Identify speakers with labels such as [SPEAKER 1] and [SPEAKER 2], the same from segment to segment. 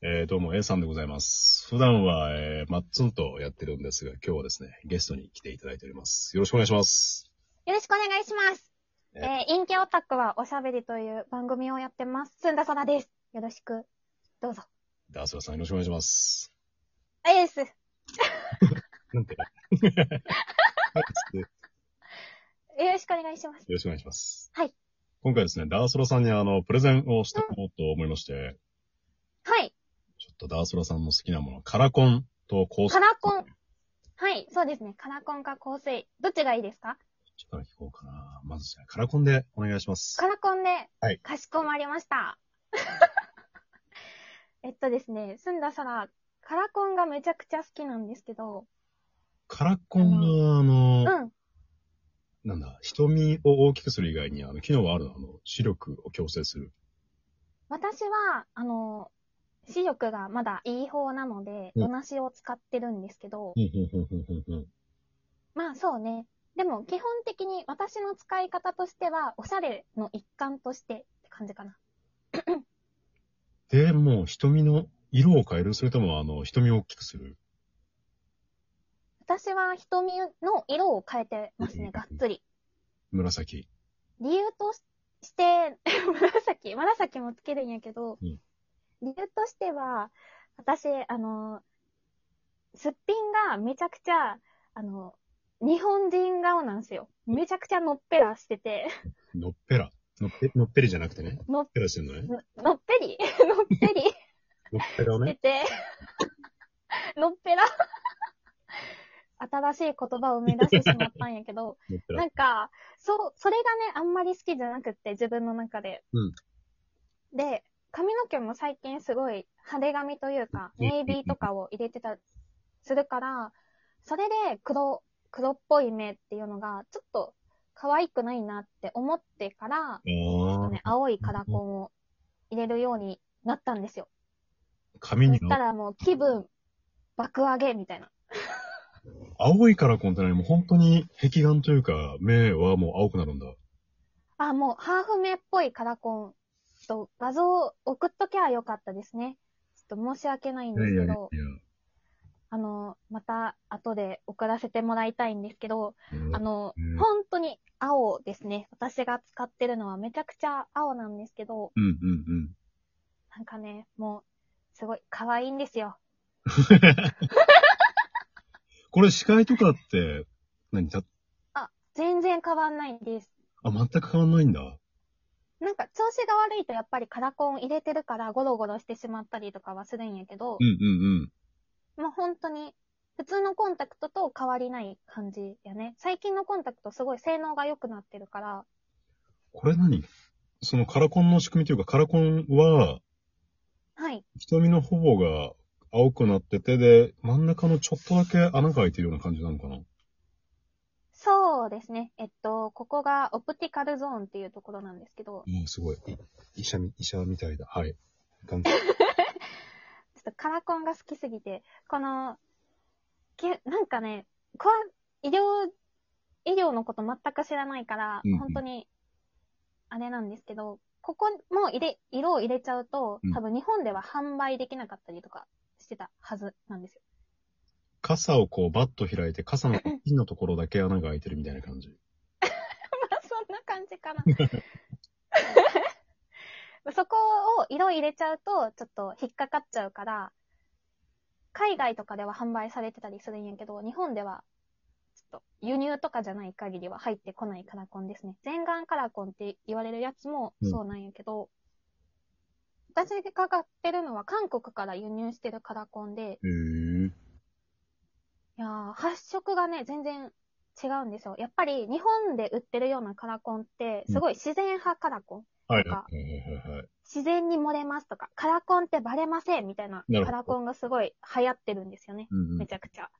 [SPEAKER 1] えー、どうも A さんでございます。普段は、えー、マッツンとやってるんですが、今日はですね、ゲストに来ていただいております。よろしくお願いします。
[SPEAKER 2] よろしくお願いします。
[SPEAKER 1] え
[SPEAKER 2] えー、陰キャオタクはおしゃべりという番組をやってます。すんだそらです。よろしく、どうぞ。
[SPEAKER 1] ダースラさんよろしくお願いします。
[SPEAKER 2] あエース。
[SPEAKER 1] なんてよ
[SPEAKER 2] よろしくお願いします。
[SPEAKER 1] ろしくお願いします。
[SPEAKER 2] はい。
[SPEAKER 1] 今回ですね、ダースラさんにあの、プレゼンをしてこうと思いまして、
[SPEAKER 2] はい。
[SPEAKER 1] ちょっとダースラさんの好きなもの、カラコンと香水。
[SPEAKER 2] カラコン。はい、そうですね。カラコンか香水。どっちがいいですか
[SPEAKER 1] ちょっと聞こうかな。まずじゃあ、カラコンでお願いします。
[SPEAKER 2] カラコンで
[SPEAKER 1] はい、
[SPEAKER 2] かしこまりました。 えっとですね、すんだそら、カラコンがめちゃくちゃ好きなんですけど、
[SPEAKER 1] カラコンは、あの、
[SPEAKER 2] うん。
[SPEAKER 1] なんだ、瞳を大きくする以外に、あの、機能はあるのあの、視力を強制する。
[SPEAKER 2] 私は、あの、視力がまだいい方なので、
[SPEAKER 1] う
[SPEAKER 2] 同
[SPEAKER 1] ん
[SPEAKER 2] じを使ってるんですけど、
[SPEAKER 1] ほんほんほんほんほんほん。
[SPEAKER 2] まあそうね。でも基本的に私の使い方としては、おしゃれの一環としてって感じかな。
[SPEAKER 1] で、もう瞳の色を変えるそれとも、あの、瞳を大きくする
[SPEAKER 2] 私は瞳の色を変えてます
[SPEAKER 1] うん
[SPEAKER 2] ね、がっつり。
[SPEAKER 1] 紫。
[SPEAKER 2] 理由としして、 紫、紫もつけるんやけど、
[SPEAKER 1] うん
[SPEAKER 2] 理由としては、私、あの、すっぴんがめちゃくちゃ、あの、日本人顔なんですよ。めちゃくちゃのっぺらしてて、
[SPEAKER 1] のっぺら。のっぺ、のっぺりじゃなくてね。
[SPEAKER 2] のっ
[SPEAKER 1] ぺらしてんのね。
[SPEAKER 2] ののっぺり のっぺり
[SPEAKER 1] のっぺらを
[SPEAKER 2] 出
[SPEAKER 1] ね。
[SPEAKER 2] て、 のっぺら。新しい言葉を生み出してしまったんやけど、
[SPEAKER 1] のっぺら。
[SPEAKER 2] なんか、そう、それがね、あんまり好きじゃなくって、自分の中で。
[SPEAKER 1] うん
[SPEAKER 2] で、髪の毛も最近すごい派手髪というか、
[SPEAKER 1] うん
[SPEAKER 2] ネイビーとかを入れてた、するから、それで黒、黒っぽい目っていうのが、ちょっと可愛くないなって思ってから、
[SPEAKER 1] ああ、
[SPEAKER 2] ね、青いカラコンを入れるようになったんですよ。
[SPEAKER 1] 髪
[SPEAKER 2] そ
[SPEAKER 1] に
[SPEAKER 2] したらもう気分爆上げみたいな。
[SPEAKER 1] 青青いカラコンってない、もう本当に壁眼というか、目はもう青くなるんだ。
[SPEAKER 2] あ、もうハーフ目っぽいカラコンと画像を送っときゃよかったですね。ちょっと申し訳ないん
[SPEAKER 1] い
[SPEAKER 2] で
[SPEAKER 1] やい
[SPEAKER 2] す
[SPEAKER 1] や
[SPEAKER 2] け
[SPEAKER 1] いや
[SPEAKER 2] ど、あの、また後で送らせてもらいたいんですけど、
[SPEAKER 1] うん
[SPEAKER 2] あの
[SPEAKER 1] うん、
[SPEAKER 2] 本当に青ですね。私が使ってるのはめちゃくちゃ青なんですけど、
[SPEAKER 1] うんうんうん。
[SPEAKER 2] なんかね、もう、すごい可愛いんですよ。
[SPEAKER 1] これ視界とかって、何た、
[SPEAKER 2] 全然変わんないです。
[SPEAKER 1] あ、全く変わんないんだ。
[SPEAKER 2] なんか調子が悪いとやっぱりカラコン入れてるからゴロゴロしてしまったりとかはするんやけど、
[SPEAKER 1] うんうん
[SPEAKER 2] もう本当に、普通のコンタクトと変わりない感じやね。最近のコンタクトすごい性能が良くなってるから、
[SPEAKER 1] これ何そのカラコンの仕組みというか、カラコンは、
[SPEAKER 2] はい。
[SPEAKER 1] 瞳のほぼが青くなってて、で、真ん中のちょっとだけ穴が開いてるような感じなのかな
[SPEAKER 2] そうですね。えっと、ここがオプティカルゾーンっていうところなんですけど、
[SPEAKER 1] もうすごい。医者み、医者みたいだ。はい。眼科
[SPEAKER 2] ちょっとカラコンが好きすぎて、この、けなんかね、こわ医療、医療のこと全く知らないから
[SPEAKER 1] うんうん、
[SPEAKER 2] 本当に、あれなんですけど、ここも入れ、色を入れちゃうと
[SPEAKER 1] うん、
[SPEAKER 2] 多分日本では販売できなかったりとかしてたはずなんですよ。
[SPEAKER 1] 傘をこうバッと開いて、傘のピンのところだけ穴が開いてるみたいな感じ。
[SPEAKER 2] ま あそんな感じかな。そこを色入れちゃうと、ちょっと引っかかっちゃうから、海外とかでは販売されてたりするんやけど、日本では、ちょっと輸入とかじゃない限りは入ってこないカラコンですね。全眼カラコンって言われるやつも
[SPEAKER 1] うん
[SPEAKER 2] そうなんやけど、私が買ってるのは韓国から輸入してるカラコンで、
[SPEAKER 1] へえ。
[SPEAKER 2] いやー発色がね、全然違うんですよ。やっぱり日本で売ってるようなカラコンって、すごい自然派カラコン。
[SPEAKER 1] はい
[SPEAKER 2] なんか
[SPEAKER 1] はいはいはいはい。
[SPEAKER 2] 自然に漏れますとか、カラコンってバレませんみたいな
[SPEAKER 1] なるほど
[SPEAKER 2] カラコンがすごい流行ってるんですよね。
[SPEAKER 1] うんう
[SPEAKER 2] め
[SPEAKER 1] ん。
[SPEAKER 2] ちゃくちゃ。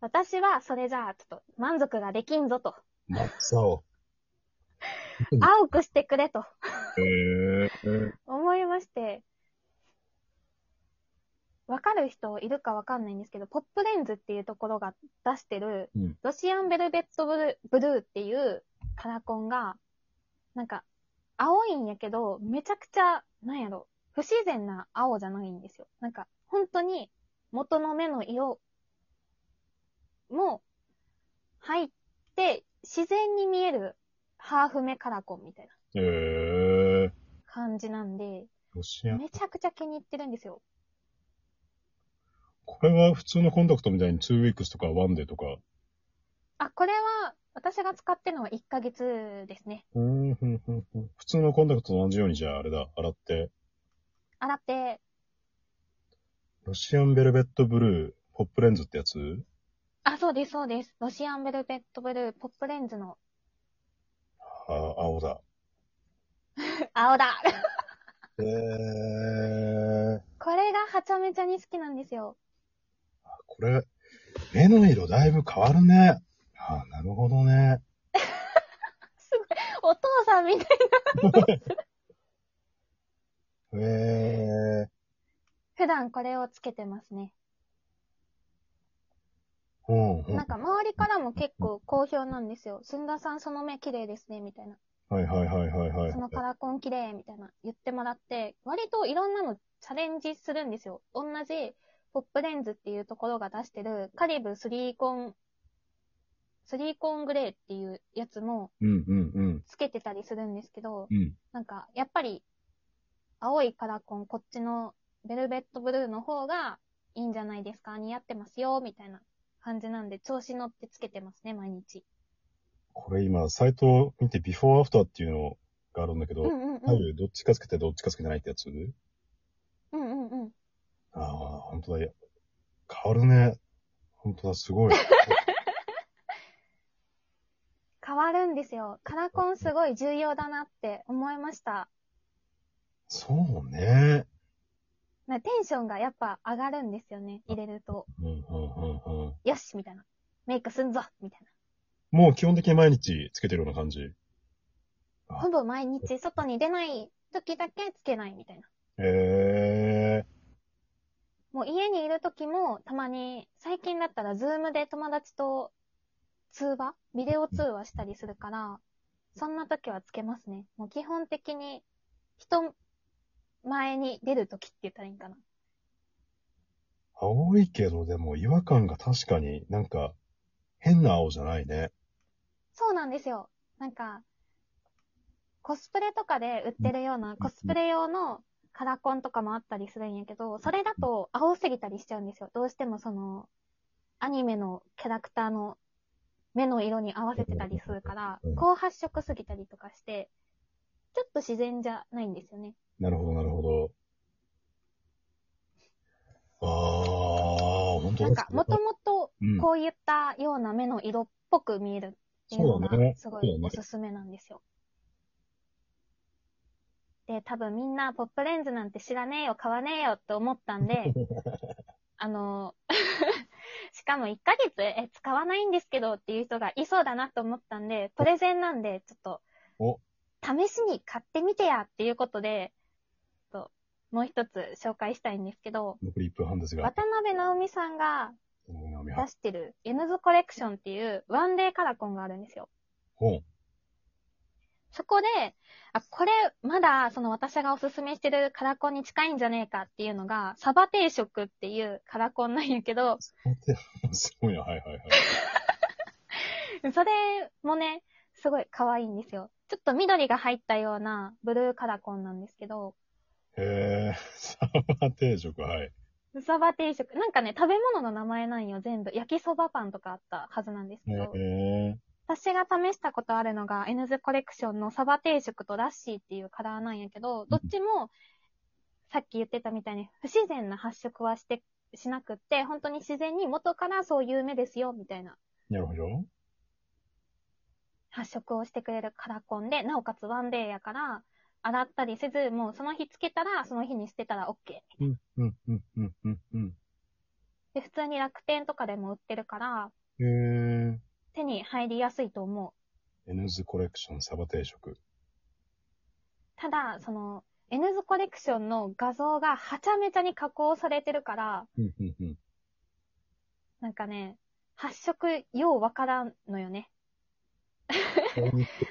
[SPEAKER 2] 私はそれじゃあちょっと満足ができんぞと。
[SPEAKER 1] 真っ青。うん
[SPEAKER 2] 青くしてくれと
[SPEAKER 1] へえ。
[SPEAKER 2] 思いまして。わかる人いるかわかんないんですけど、ポップレンズっていうところが出してる
[SPEAKER 1] うん、
[SPEAKER 2] ロシアンベルベットブルーブルーっていうカラコンが、なんか、青いんやけど、めちゃくちゃ、なんやろ、不自然な青じゃないんですよ。なんか、本当に元の目の色も入って、自然に見えるハーフ目カラコンみたいな
[SPEAKER 1] へえ。
[SPEAKER 2] 感じなんで、
[SPEAKER 1] ロシアン。
[SPEAKER 2] めちゃくちゃ気に入ってるんですよ。
[SPEAKER 1] これは普通のコンタクトみたいに 2weeks とか 1day とか。
[SPEAKER 2] あ、これは私が使ってるのは1ヶ月ですね。
[SPEAKER 1] うーんふんふんふん普通のコンタクトと同じようにじゃああれだ、洗って。
[SPEAKER 2] 洗って、
[SPEAKER 1] ロシアンベルベットブルー、ポップレンズってやつ
[SPEAKER 2] あ、そうです、そうです。ロシアンベルベットブルーポップレンズの
[SPEAKER 1] あー青だ。
[SPEAKER 2] 青だ
[SPEAKER 1] へえ。
[SPEAKER 2] これがはちゃめちゃに好きなんですよ。
[SPEAKER 1] これ、目の色だいぶ変わるね。あーなるほどね。
[SPEAKER 2] お父さんみたい
[SPEAKER 1] へえ。
[SPEAKER 2] 普段これをつけてますね。
[SPEAKER 1] うん、うん。
[SPEAKER 2] なんか周りからも結構好評なんですよ。すんださんその目綺麗ですね、みたいな。
[SPEAKER 1] はいはいはいはいはい。
[SPEAKER 2] そのカラコン綺麗、みたいな言ってもらって、割といろんなのチャレンジするんですよ。同じポップレンズっていうところが出してるカリブ3コン、3コングレーっていうやつも
[SPEAKER 1] うんうんうん。
[SPEAKER 2] つけてたりするんですけど、
[SPEAKER 1] うん。
[SPEAKER 2] なんか、やっぱり、青いカラコン、こっちのベルベットブルーの方がいいんじゃないですか似合ってますよ、みたいな感じなんで、調子乗ってつけてますね、毎日。
[SPEAKER 1] これ今、サイトを見て、ビフォーアフターっていうのがあるんだけど、
[SPEAKER 2] うんうんう
[SPEAKER 1] 左
[SPEAKER 2] ん。
[SPEAKER 1] 右どっちかつけてどっちかつけてないってやつ
[SPEAKER 2] うんうんうん。
[SPEAKER 1] ああ、ほんとだ。変わるね。ほんとだ、す ごい。
[SPEAKER 2] 変わるんですよ。カラコンすごい重要だなって思いました。
[SPEAKER 1] そうね。
[SPEAKER 2] なテンションがやっぱ上がるんですよね、入れると。
[SPEAKER 1] うん、うん、うん、うん。
[SPEAKER 2] よしみたいな。メイクすんぞみたい
[SPEAKER 1] もう基本的に毎日つけてるような感じ。
[SPEAKER 2] な。ほぼ毎日外に出ない時だけつけないみたいな。
[SPEAKER 1] へえ。
[SPEAKER 2] もう家にいる時も、たまに、最近だったら、ズームで友達と通話ビデオ通話したりするから、そんな時はつけますね。もう基本的に、人前に出る時って言ったらいいんかな。
[SPEAKER 1] 青いけど、でも違和感が確かになんか、変な青じゃないね。
[SPEAKER 2] そうなんですよ。なんか、コスプレとかで売ってるような、コスプレ用のカラコンとかもあったりするんやけど、それだと青すぎたりしちゃうんですよ。どうしてもその、アニメのキャラクターの目の色に合わせてたりするから
[SPEAKER 1] うん、
[SPEAKER 2] 高発色すぎたりとかして、ちょっと自然じゃないんですよね。
[SPEAKER 1] なるほど、なるほど。ああ、ほんと
[SPEAKER 2] なんか、もともと
[SPEAKER 1] うん
[SPEAKER 2] こういったような目の色っぽく見えるっていうの
[SPEAKER 1] そうだね
[SPEAKER 2] が、すごいおすすめなんですよ。で、多分みんなポップレンズなんて知らねえよ、買わねえよって思った んで、あの、 しかも1ヶ月え使わないんですけどっていう人がいそうだなと思ったんで、プレゼンなんで、ちょっと、
[SPEAKER 1] お、
[SPEAKER 2] 試しに買ってみてやっていうことで、ちょっともう一つ紹介したいんですけど、
[SPEAKER 1] 残り1分半ですが。
[SPEAKER 2] 渡辺直美さんが
[SPEAKER 1] うん
[SPEAKER 2] 出してる N ズコレクションっていうワンデーカラコンがあるんですよ。
[SPEAKER 1] ほ
[SPEAKER 2] そこで、あ、これ、まだ、その私がおすすめしてるカラコンに近いんじゃねえかっていうのが、サバ定食っていうカラコンなんやけど、
[SPEAKER 1] う。すごいな、はいはいはい。
[SPEAKER 2] それもね、すごい可愛いんですよ。ちょっと緑が入ったようなブルーカラコンなんですけど、
[SPEAKER 1] へえ、サバ定食、はい。
[SPEAKER 2] サバ定食、なんかね、食べ物の名前なんよ、全部。焼きそばパンとかあったはずなんです
[SPEAKER 1] へ
[SPEAKER 2] けど、
[SPEAKER 1] え、
[SPEAKER 2] 私が試したことあるのが、N ズコレクションのサバ定食とラッシーっていうカラーなんやけど、どっちも、さっき言ってたみたいに、不自然な発色はして、しなくって、本当に自然に元からそういう目ですよ、みたいな
[SPEAKER 1] なるほど。
[SPEAKER 2] 発色をしてくれるカラコンで、なおかつワンデーやから、洗ったりせず、もうその日つけたら、その日に捨てたら OK。
[SPEAKER 1] うん、うん、うん、うん、うん、うん。
[SPEAKER 2] で、普通に楽天とかでも売ってるから、
[SPEAKER 1] へえ、
[SPEAKER 2] 手に入りやすいと思う。
[SPEAKER 1] N ズコレクションサバ定食。
[SPEAKER 2] ただ、その、N ズコレクションの画像がはちゃめちゃに加工されてるから、
[SPEAKER 1] うん、うん、うん。
[SPEAKER 2] なんかね、発色ようわからんのよね。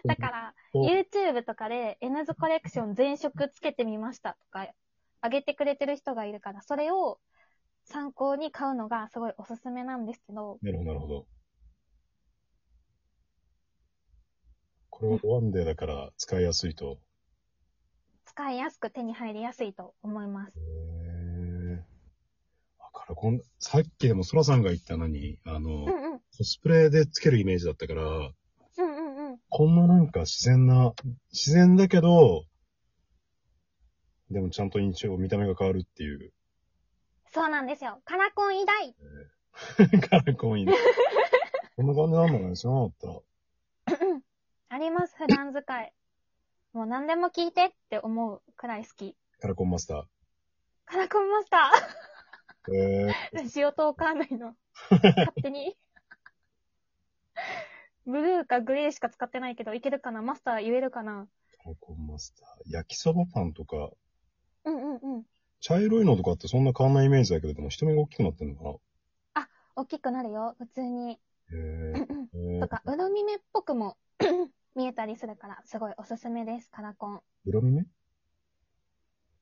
[SPEAKER 2] だから、
[SPEAKER 1] ら、
[SPEAKER 2] YouTube とかで N ズコレクション全色つけてみましたとか、上げてくれてる人がいるから、それを参考に買うのがすごいおすすめなんですけど、
[SPEAKER 1] なるほど、なるほど。これはワンデーだから使いやすいと。
[SPEAKER 2] 使いやすく手に入りやすいと思います。
[SPEAKER 1] へえ。だからこん、さっきでもソラさんが言ったのに、あの、
[SPEAKER 2] うんうん。
[SPEAKER 1] コスプレでつけるイメージだったから、
[SPEAKER 2] うんうんうん。
[SPEAKER 1] こんななんか自然な、自然だけど、でもちゃんと印象、見た目が変わるっていう。
[SPEAKER 2] そうなんですよ。カラコン偉大
[SPEAKER 1] カラコンいいね。こんな感じなんだね、知らなかった。
[SPEAKER 2] あります、普段使い。もう何でも聞いてって思うくらい好き。
[SPEAKER 1] カラコンマスタ
[SPEAKER 2] カラコンマスタ
[SPEAKER 1] ー。へえ。
[SPEAKER 2] ーラジオトーカー内の。勝手 に。ブルーかグレーしか使ってないけど、いけるかなマスター言えるかな
[SPEAKER 1] カラコンマスター。焼きそばパンとか、
[SPEAKER 2] うんうんうん。
[SPEAKER 1] 茶色いのとかってそんな変わんないイメージだけど、でも瞳が大きくなってんのか
[SPEAKER 2] 大きくなるよ、普通に。
[SPEAKER 1] な。へ
[SPEAKER 2] うんうん
[SPEAKER 1] え。へえ
[SPEAKER 2] と。か、うろみめっぽくも 見えたりするから、すごいおすすめです、カラコン。
[SPEAKER 1] 裏目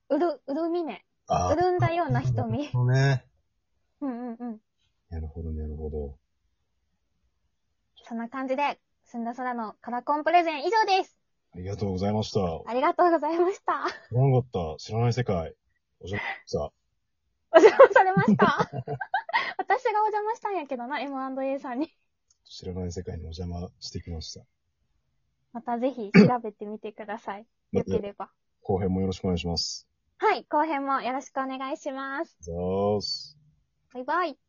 [SPEAKER 2] うる、うるみめ。
[SPEAKER 1] あ
[SPEAKER 2] う
[SPEAKER 1] あ。
[SPEAKER 2] るんだような瞳。
[SPEAKER 1] そうね。
[SPEAKER 2] うんうんうん。
[SPEAKER 1] なるほど、なるほど。
[SPEAKER 2] そんな感じで、すんだ空のカラコンプレゼン以上です
[SPEAKER 1] ありがとうございました。
[SPEAKER 2] ありがとうございました。
[SPEAKER 1] 知らなかった。知らない世界。お邪魔しまし
[SPEAKER 2] お邪魔されま した。私がお邪魔したんやけどな、M&A さんに。
[SPEAKER 1] た。知らない世界にお邪魔してきました。
[SPEAKER 2] またぜひ調べてみてください。
[SPEAKER 1] ま
[SPEAKER 2] よ
[SPEAKER 1] た
[SPEAKER 2] ければ。
[SPEAKER 1] 後編もよろしくお願いします。
[SPEAKER 2] はい、後編もよろしくお願いします。
[SPEAKER 1] ざーす。
[SPEAKER 2] バイバイ。